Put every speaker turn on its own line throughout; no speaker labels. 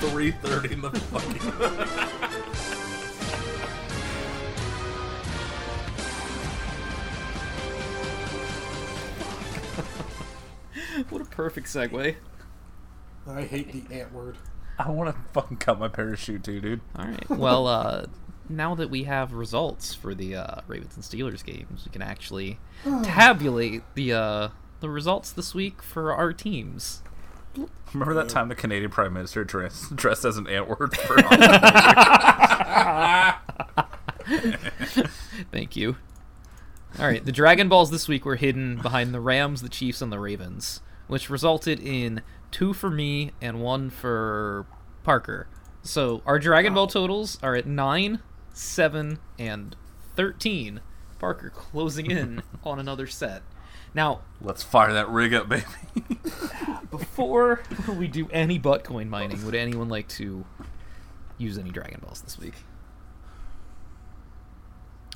Three thirty in the fucking.
What a perfect segue.
I hate the ant word.
I want to fucking cut my parachute too, dude.
All right. Well, uh, now that we have results for the uh, Ravens and Steelers games, we can actually tabulate the uh, the results this week for our teams.
Remember that time the Canadian Prime Minister dressed, dressed as an antwort for Halloween?
Thank you. All right, the Dragon Balls this week were hidden behind the Rams, the Chiefs, and the Ravens, which resulted in two for me and one for Parker. So our Dragon Ball totals are at nine, seven, and thirteen. Parker closing in on another set. Now,
Let's fire that rig up, baby.
before we do any butt coin mining, would anyone like to use any Dragon Balls this week?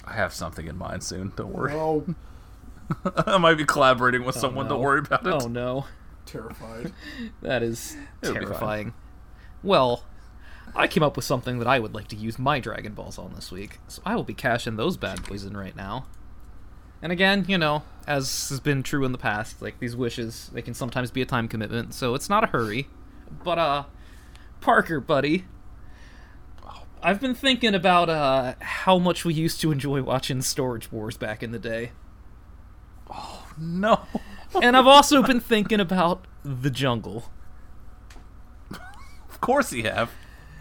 I have something in mind soon. Don't worry.
Oh,
I might be collaborating with someone. Don't
no.
worry about it.
Oh no.
terrified.
That is
It'll be fine.
terrifying. Well, I came up with something that I would like to use my Dragon Balls on this week, so I will be cashing those bad boys in right now. And again, you know, as has been true in the past, like these wishes, they can sometimes be a time commitment, so it's not a hurry. But, uh, Parker, buddy, I've been thinking about, uh, how much we used to enjoy watching Storage Wars back in the day.
No.
And I've also been thinking about The Jungle.
Of course you have.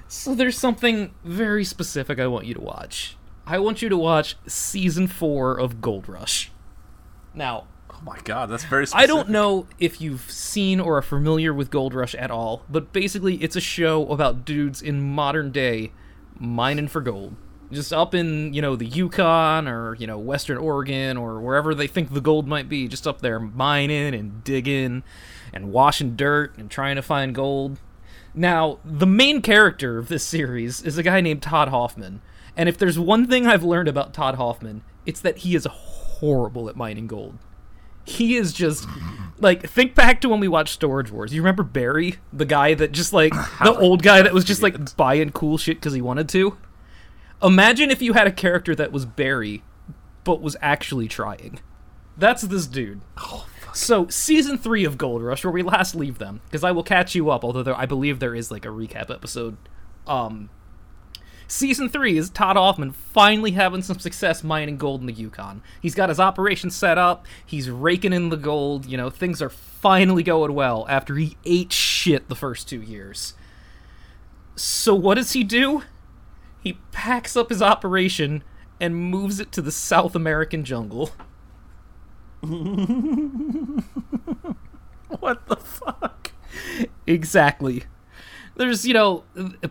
So there's something very specific I want you to watch. I want you to watch season four of Gold Rush. Now,
Oh my god, that's very
I
specific.
don't know if you've seen or are familiar with Gold Rush at all, but basically it's a show about dudes in modern day mining for gold. Just up in, you know, the Yukon or, you know, Western Oregon or wherever they think the gold might be, just up there mining and digging and washing dirt and trying to find gold. Now, the main character of this series is a guy named Todd Hoffman. And if there's one thing I've learned about Todd Hoffman, it's that he is horrible at mining gold he is just like think back to when we watched Storage Wars. You remember Barry, the guy that just like the old guy that was just like buying cool shit because he wanted to. Imagine if you had a character that was Barry, but was actually trying. That's this dude. so season three of Gold Rush, where we last leave them, because I will catch you up. Although there, I believe there is like a recap episode. Um, Season three is Todd Hoffman finally having some success mining gold in the Yukon. He's got his operation set up. He's raking in the gold. You know, things are finally going well after he ate shit the first two years. So what does he do? He packs up his operation and moves it to the South American jungle.
What the fuck?
Exactly. There's, you know,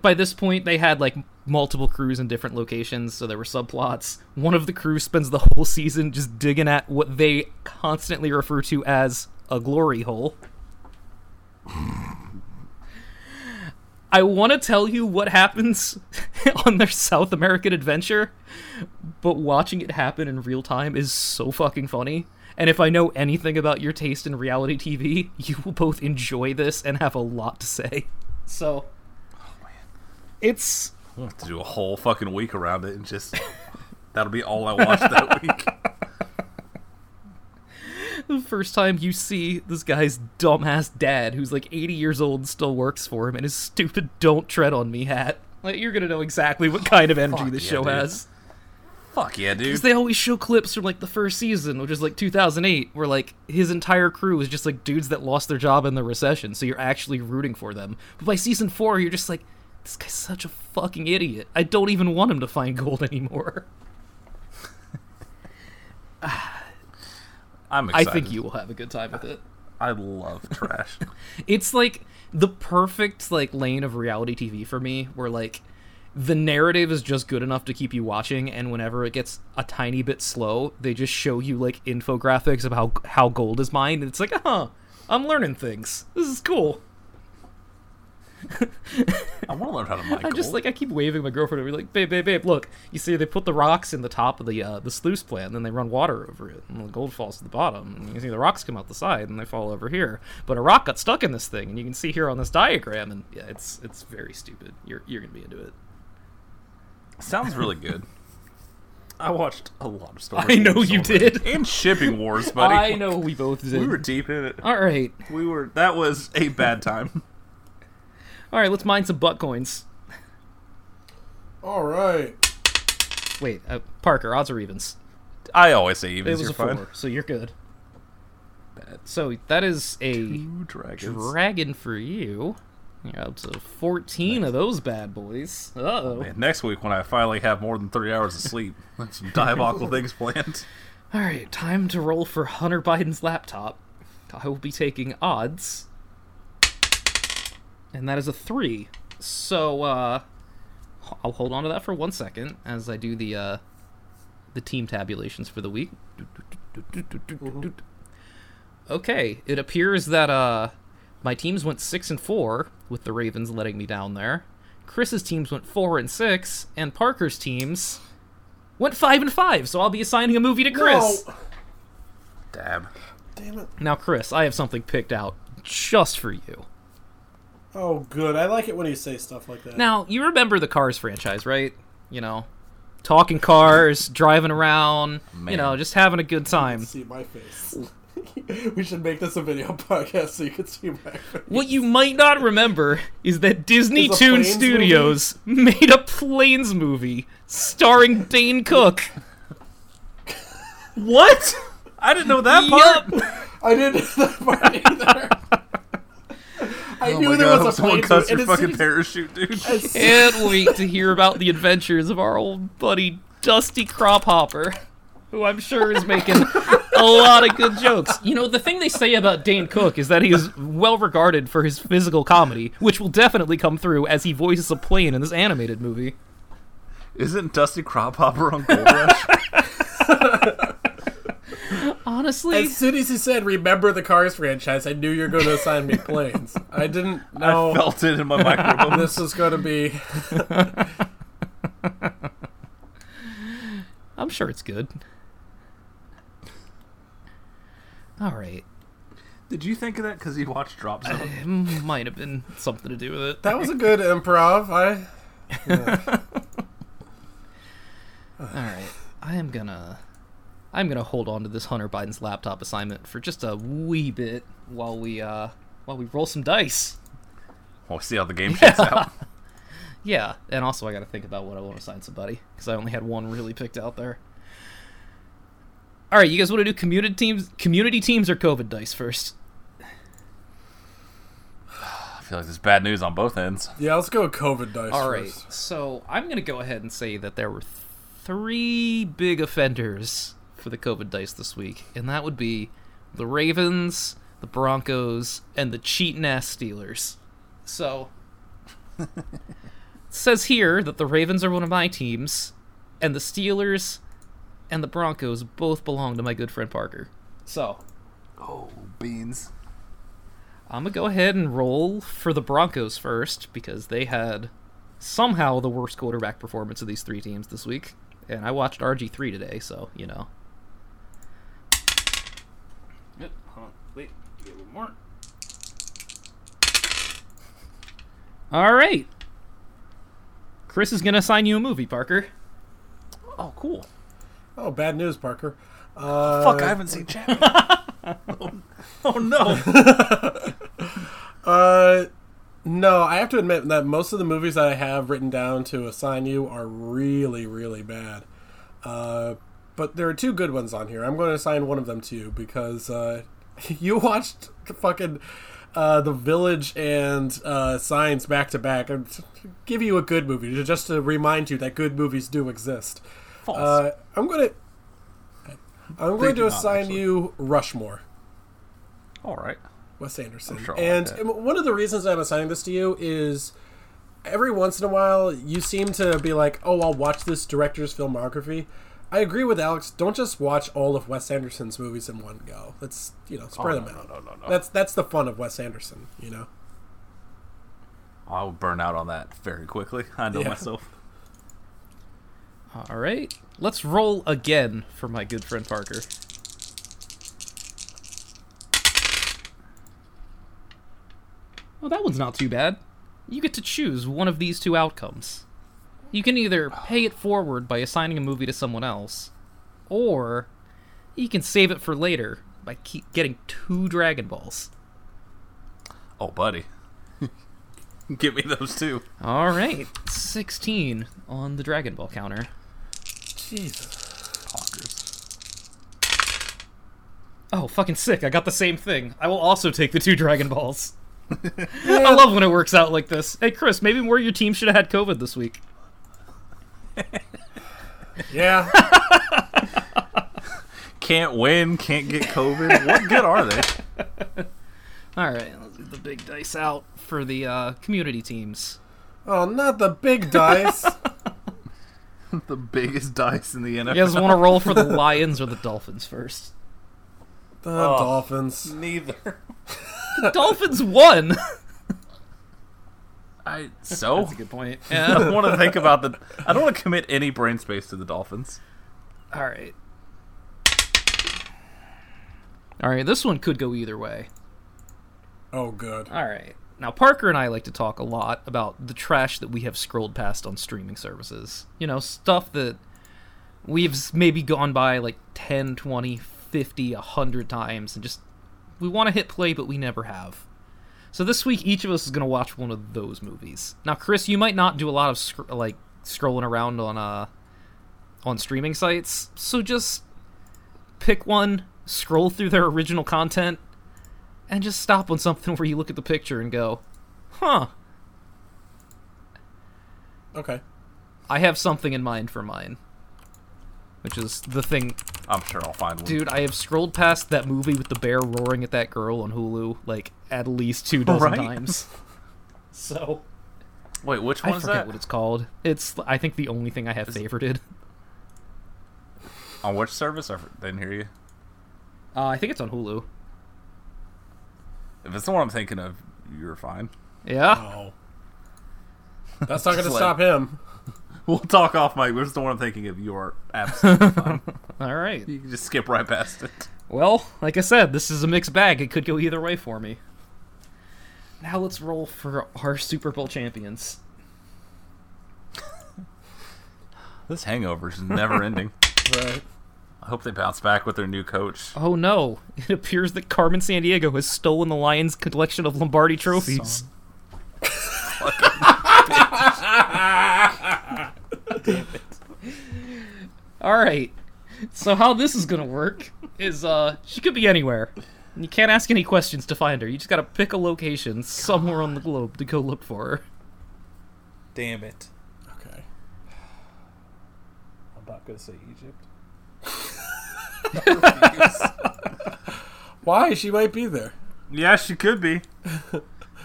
by this point they had like multiple crews in different locations, so there were subplots. One of the crews spends the whole season just digging at what they constantly refer to as a glory hole. I want to tell you what happens on their South American adventure, but watching it happen in real time is so fucking funny. And if I know anything about your taste in reality TV, you will both enjoy this and have a lot to say. So, it's
We'll have to do a whole fucking week around it and just. That'll be all I watched that week.
the first time you see this guy's dumbass dad, who's like 80 years old and still works for him, and his stupid "Don't tread on me" hat. Like you're gonna know exactly what kind of energy
Fuck
this
yeah,
show
dude.
has.
Fuck yeah, dude.
Because they always show clips from like the first season, which is like 2008, where like his entire crew was just like dudes that lost their job in the recession, so you're actually rooting for them. But by season four, you're just like, this guy's such a fucking idiot. I don't even want him to find gold anymore.
I'm excited.
I think you will have a good time with it.
I love trash.
It's like the perfect like lane of reality TV for me, where like the narrative is just good enough to keep you watching, and whenever it gets a tiny bit slow, they just show you like infographics of how how "Uh-huh, gold is mined. And it's like, huh, I'm learning things. This is cool.
I want to learn how to mine
I just like I keep waving my girlfriend over, like, babe, babe, babe, look. You see, they put the rocks in the top of the uh, the sluice plant, and then they run water over it, and the gold falls to the bottom. And you see the rocks come out the side, and they fall over here. But a rock got stuck in this thing, and you can see here on this diagram, and yeah, it's it's very stupid. You're you're gonna be into it.
sounds really good. I watched a lot of Star Wars.
I know
games
you
over-
did.
And shipping wars, buddy.
I know we both did.
We were deep in it.
All right,
We were. That was a bad time.
all right. Let's mine some butt coins.
All right.
Wait, uh, Parker, odds or evens?
I always say evens.
It was
you're
a
fine.
four, so you're good. Bad. So that is a
Two dragons.
dragon for you. You're up to 14 of those bad boys. Uh oh.
Man, next week when I finally have more than three hours of sleep, that's some diabolical things planned.
Alright, time to roll for Hunter Biden's laptop. I will be taking odds. And that is a 3. So, uh. I'll hold on to that for one second as I do the, uh. The team tabulations for the week. Okay, it appears that uh, my teams went six and four, with the Ravens letting me down there. Chris's teams went four and six, and Parker's teams went five and five. So I'll be assigning a movie to Chris.
No.
Damn.
Oh, Damn it.
Now, Chris, I have something picked out just for you.
Oh, good. I like it when you say stuff like that.
Now, you remember the Cars franchise, right? You know, talking cars, driving around, you
Man.
know, just having a good time.
see my face. we should make this a video podcast so you can see my face.
What you might not remember is that Disney
Is a
Toon
Planes
Studios made a Planes movie starring Dane Cook. what?
I didn't know that part.
Yup.
I didn't know that part either. I
Oh
knew
my
there
god,
was a
someone
plane.
cuts
to-
your
and as
fucking
soon
parachute, dude.
as- as-
Can't wait to hear about the adventures of our old buddy Dusty Crophopper, who I'm sure is making a lot of good jokes. You know, the thing they say about Dane Cook is that he is well regarded for his physical comedy, which will definitely come through as he voices a plane in this animated movie.
Isn't Dusty Crophopper on Gold Rush?
Honestly,
As soon as he said, "Remember the Cars franchise," I knew you were going to assign me planes. I didn't know
I felt it in my microphone.
this was going to be.
I'm sure it's good. All right.
Did you think of that because he watched Drop Zone?
It might have been something to do with it.
That was a good improv. I
All right. I am going to I'm going to hold on to this Hunter Biden's laptop assignment for just a wee bit while we uh while we roll some dice.
We'll see how the game shakes out.
Yeah, and also I got to think about what I want to assign somebody cuz I only had one really picked out there. All right, you guys want to do community teams community teams or covid dice first?
I feel like there's bad news on both ends.
yeah. Let's go with COVID dice.
All right.
first.
So I'm going to go ahead and say that there were th- three big offenders for the COVID dice this week, and that would be the Ravens, the Broncos, and the cheating ass Steelers. So it says here that the Ravens are one of my teams, and the Steelers and the Broncos both belong to my good friend Parker. So
Oh, beans.
I'm gonna go ahead and roll for the Broncos first because they had somehow the worst quarterback performance of these three teams this week, and I watched RG three today, so you know. Wait, a little more. All right, Chris is gonna assign you a movie, Parker.
Oh, cool.
Oh, bad news, Parker. Uh,
Fuck, I haven't seen Chapman. oh, oh, no.
Uh, no, I have to admit that most of the movies that I have written down to assign you are really, really bad. Uh, but there are two good ones on here. I'm going to assign one of them to you because uh, you watched fucking uh, The Village and uh, Signs back to back. I'd give you a good movie to- just to remind you that good movies do exist.
False.
Uh, I'm going to. I'm going
Thinking
to
on,
assign
actually.
you Rushmore.
All right.
Wes Anderson.
I'm sure I'll
and
like that.
um, one of the reasons I'm assigning this to you is every once in a while you seem to be like, "Oh, I'll watch this director's filmography." I agree with Alex. Don't just watch all of Wes Anderson's movies in one go. Let's you know spread
Oh,
them
no,
out.
no, no, no, no.
That's that's the fun of Wes Anderson. You know.
I'll burn out on that very quickly. I know
Yeah.
myself.
All right, let's roll again for my good friend Parker. Well, that one's not too bad. You get to choose one of these two outcomes. You can either pay it forward by assigning a movie to someone else, or you can save it for later by keep getting two Dragon Balls.
Oh, buddy. Give me those two.
All right, 16 on the Dragon Ball counter.
Jesus.
Pockers.
Oh, fucking sick. I got the same thing. I will also take the two Dragon Balls. I love when it works out like this. Hey, Chris, maybe more of your team should have had COVID this week.
Yeah.
Can't win, can't get COVID. what good are they?
All right, let's get the big dice out for the uh, community teams.
oh, not the big dice.
The biggest dice in the NFL.
You guys want to roll for the Lions or the Dolphins first?
The
Oh.
dolphins.
Neither.
The Dolphins won!
I, so
That's a good point.
I
Yeah.
don't want to think about the. I don't want to commit any brain space to the Dolphins.
All right. All right, this one could go either way.
Oh, good.
All right. Now, Parker and I like to talk a lot about the trash that we have scrolled past on streaming services. You know, stuff that we've s- maybe gone by like 10, 20, 50, 100 times and just we want to hit play, but we never have. So this week, each of us is going to watch one of those movies. Now, Chris, you might not do a lot of sc- like scrolling around on uh on streaming sites, so just pick one, scroll through their original content, and just stop on something where you look at the picture and go, huh,
Okay.
I have something in mind for mine. Which is the thing,
I'm sure I'll find one.
dude. I have scrolled past that movie with the bear roaring at that girl on Hulu like at least two dozen
Right.
times. So
Wait, which one
I
is
forget
that?
what it's called. It's I think the only thing I have favorited.
On which service? I f- didn't hear you.
Uh, I think it's on Hulu.
If it's the one I'm thinking of, you're fine.
Yeah.
Oh. That's not going to
Just
stop him.
We'll talk off, Mike. If it's the one I'm thinking of, you are absolutely fine.
All right.
You can just skip right past it.
Well, like I said, this is a mixed bag. It could go either way for me. Now let's roll for our Super Bowl champions.
This hangover is never ending.
Right.
I hope they bounce back with their new coach.
Oh no, it appears that Carmen San Diego has stolen the Lions' collection of Lombardi trophies.
Son.
All right. So how this is going to work is uh she could be anywhere. You can't ask any questions to find her. You just got to pick a location somewhere on the globe to go look for her.
Damn it.
Okay.
I'm not gonna say Egypt.
Why? She might be there.
Yeah, she could be.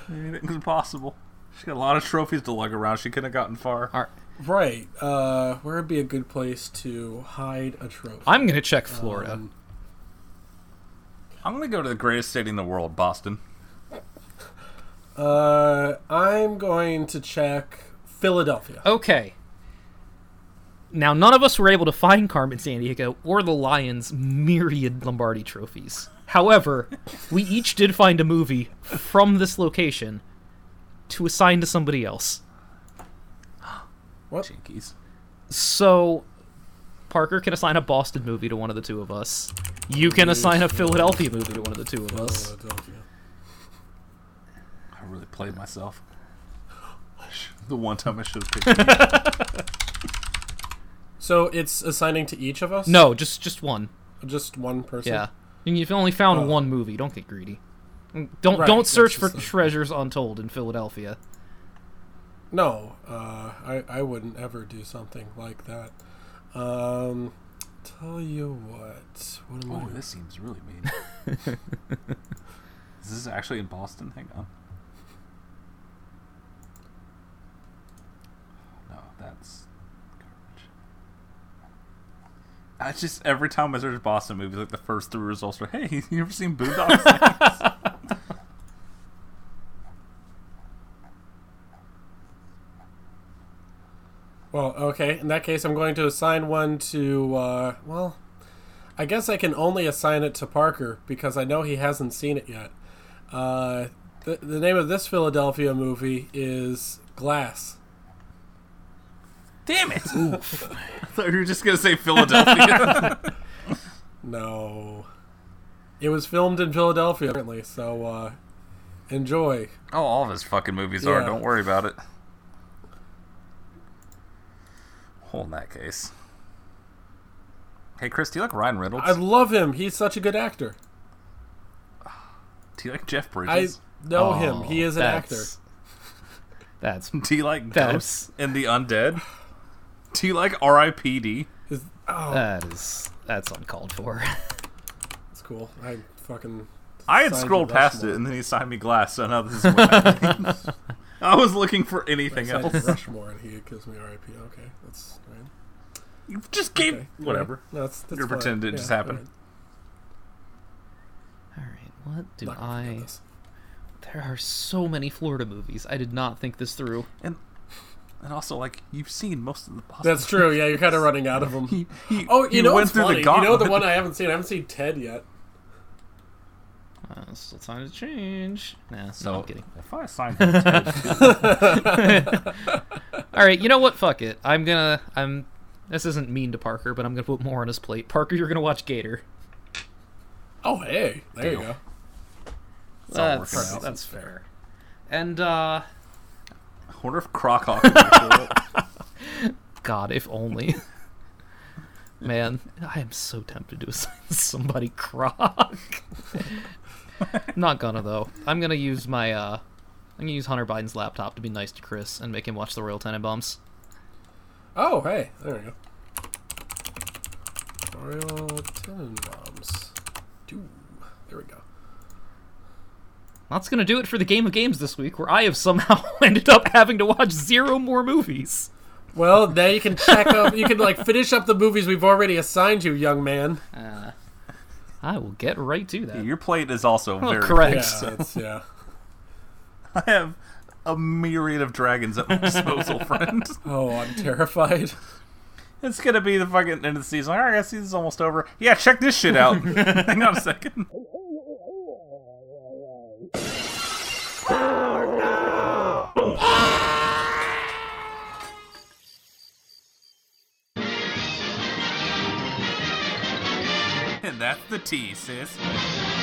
Anything's possible. She got a lot of trophies to lug around. She couldn't have gotten far.
All right.
Right. Uh, where would be a good place to hide a trophy?
I'm going to check Florida.
I'm gonna go to the greatest city in the world, Boston.
Uh, I'm going to check Philadelphia.
Okay. Now, none of us were able to find Carmen San Diego or the Lions' myriad Lombardi trophies. However, we each did find a movie from this location to assign to somebody else.
What?
Jinkies.
So, Parker can assign a Boston movie to one of the two of us. You can assign a Philadelphia movie to one of the two of us.
Philadelphia.
I really played myself. The one time I should have picked. you.
So it's assigning to each of us?
No, just just one.
Just one person?
Yeah. And You've only found one movie. Don't get greedy. Don't
Right,
don't search
that's
for
just the-
treasures untold in Philadelphia.
No, uh, I, I wouldn't ever do something like that. Um, tell you what. What am
Oh,
I?
this seems really mean. is this actually in Boston? Hang on. No, that's garbage. I just every time I search Boston movies, like the first three results are, "Hey, you ever seen Boondocks?"
okay. In that case, I'm going to assign one to. Uh, well, I guess I can only assign it to Parker because I know he hasn't seen it yet. Uh, the, the name of this Philadelphia movie is Glass.
Damn it! I thought you were just gonna say Philadelphia.
No, it was filmed in Philadelphia apparently. So uh, enjoy.
oh, all of his fucking movies are.
Yeah.
Don't worry about it. Well, in that case. Hey, Chris, do you like Ryan Reynolds?
I love him. He's such a good actor.
do you like Jeff
I
Bridges?
know Oh, him. He is an actor.
that's- That's
do you like
That's-
Ghosts and the Undead? Do you like R.I.P.D.?
Is, oh,
that is that's uncalled for.
that's cool. I fucking
I had
Signs of
scrolled past
Rushmore.
it and then he signed me glass, so now this is what I mean. I was looking for anything
said
else.
Rushmore, and he gives me R.I.P. Okay, that's right.
You just gave
Okay.
whatever.
No, that's, that's
You're
fine.
pretending it
Yeah,
just happened.
alright.
All right, what do
Not gonna forget
I?
this.
There are so many Florida movies. I did not think this through.
And and also like you've seen most of the possible.
That's true. Yeah, you're kind of running out of them.
He-
oh, you
he
know
went
what's
through
funny?
the
You know
gauntlet.
the one I haven't seen. I haven't seen Ted yet.
Uh, still time to change. Nah,
So
no, I'm kidding.
if I signed him,
All right, you know what? Fuck it. I'm gonna. I'm. This isn't mean to Parker, but I'm gonna put more on his plate. Parker, you're gonna watch Gator.
Oh, hey, there you
Deal.
go.
all
That's,
working out.
that's fair. And uh,
I wonder if Croc Hawk would pull up.
God, if only. Man, I am so tempted to assign somebody Croc. Not gonna though. I'm gonna use my uh, I'm gonna use Hunter Biden's laptop to be nice to Chris and make him watch the Royal Tenenbaums.
Oh, hey, there we go. Royal Tenenbaums. Two. There we go.
That's gonna do it for the game of games this week, where I have somehow ended up having to watch zero more movies.
Well, now you can check up. You can like finish up the movies we've already assigned you, young man.
I will get right to that.
Your plate is also
Oh,
very.
correct.
Yeah, that's, yeah.
I have a myriad of dragons at my disposal, friend.
Oh, I'm terrified.
It's gonna be the fucking end of the season. Like, all right, guys, season's almost over. Yeah, check this shit out. Hang on a second. And that's the T, sis.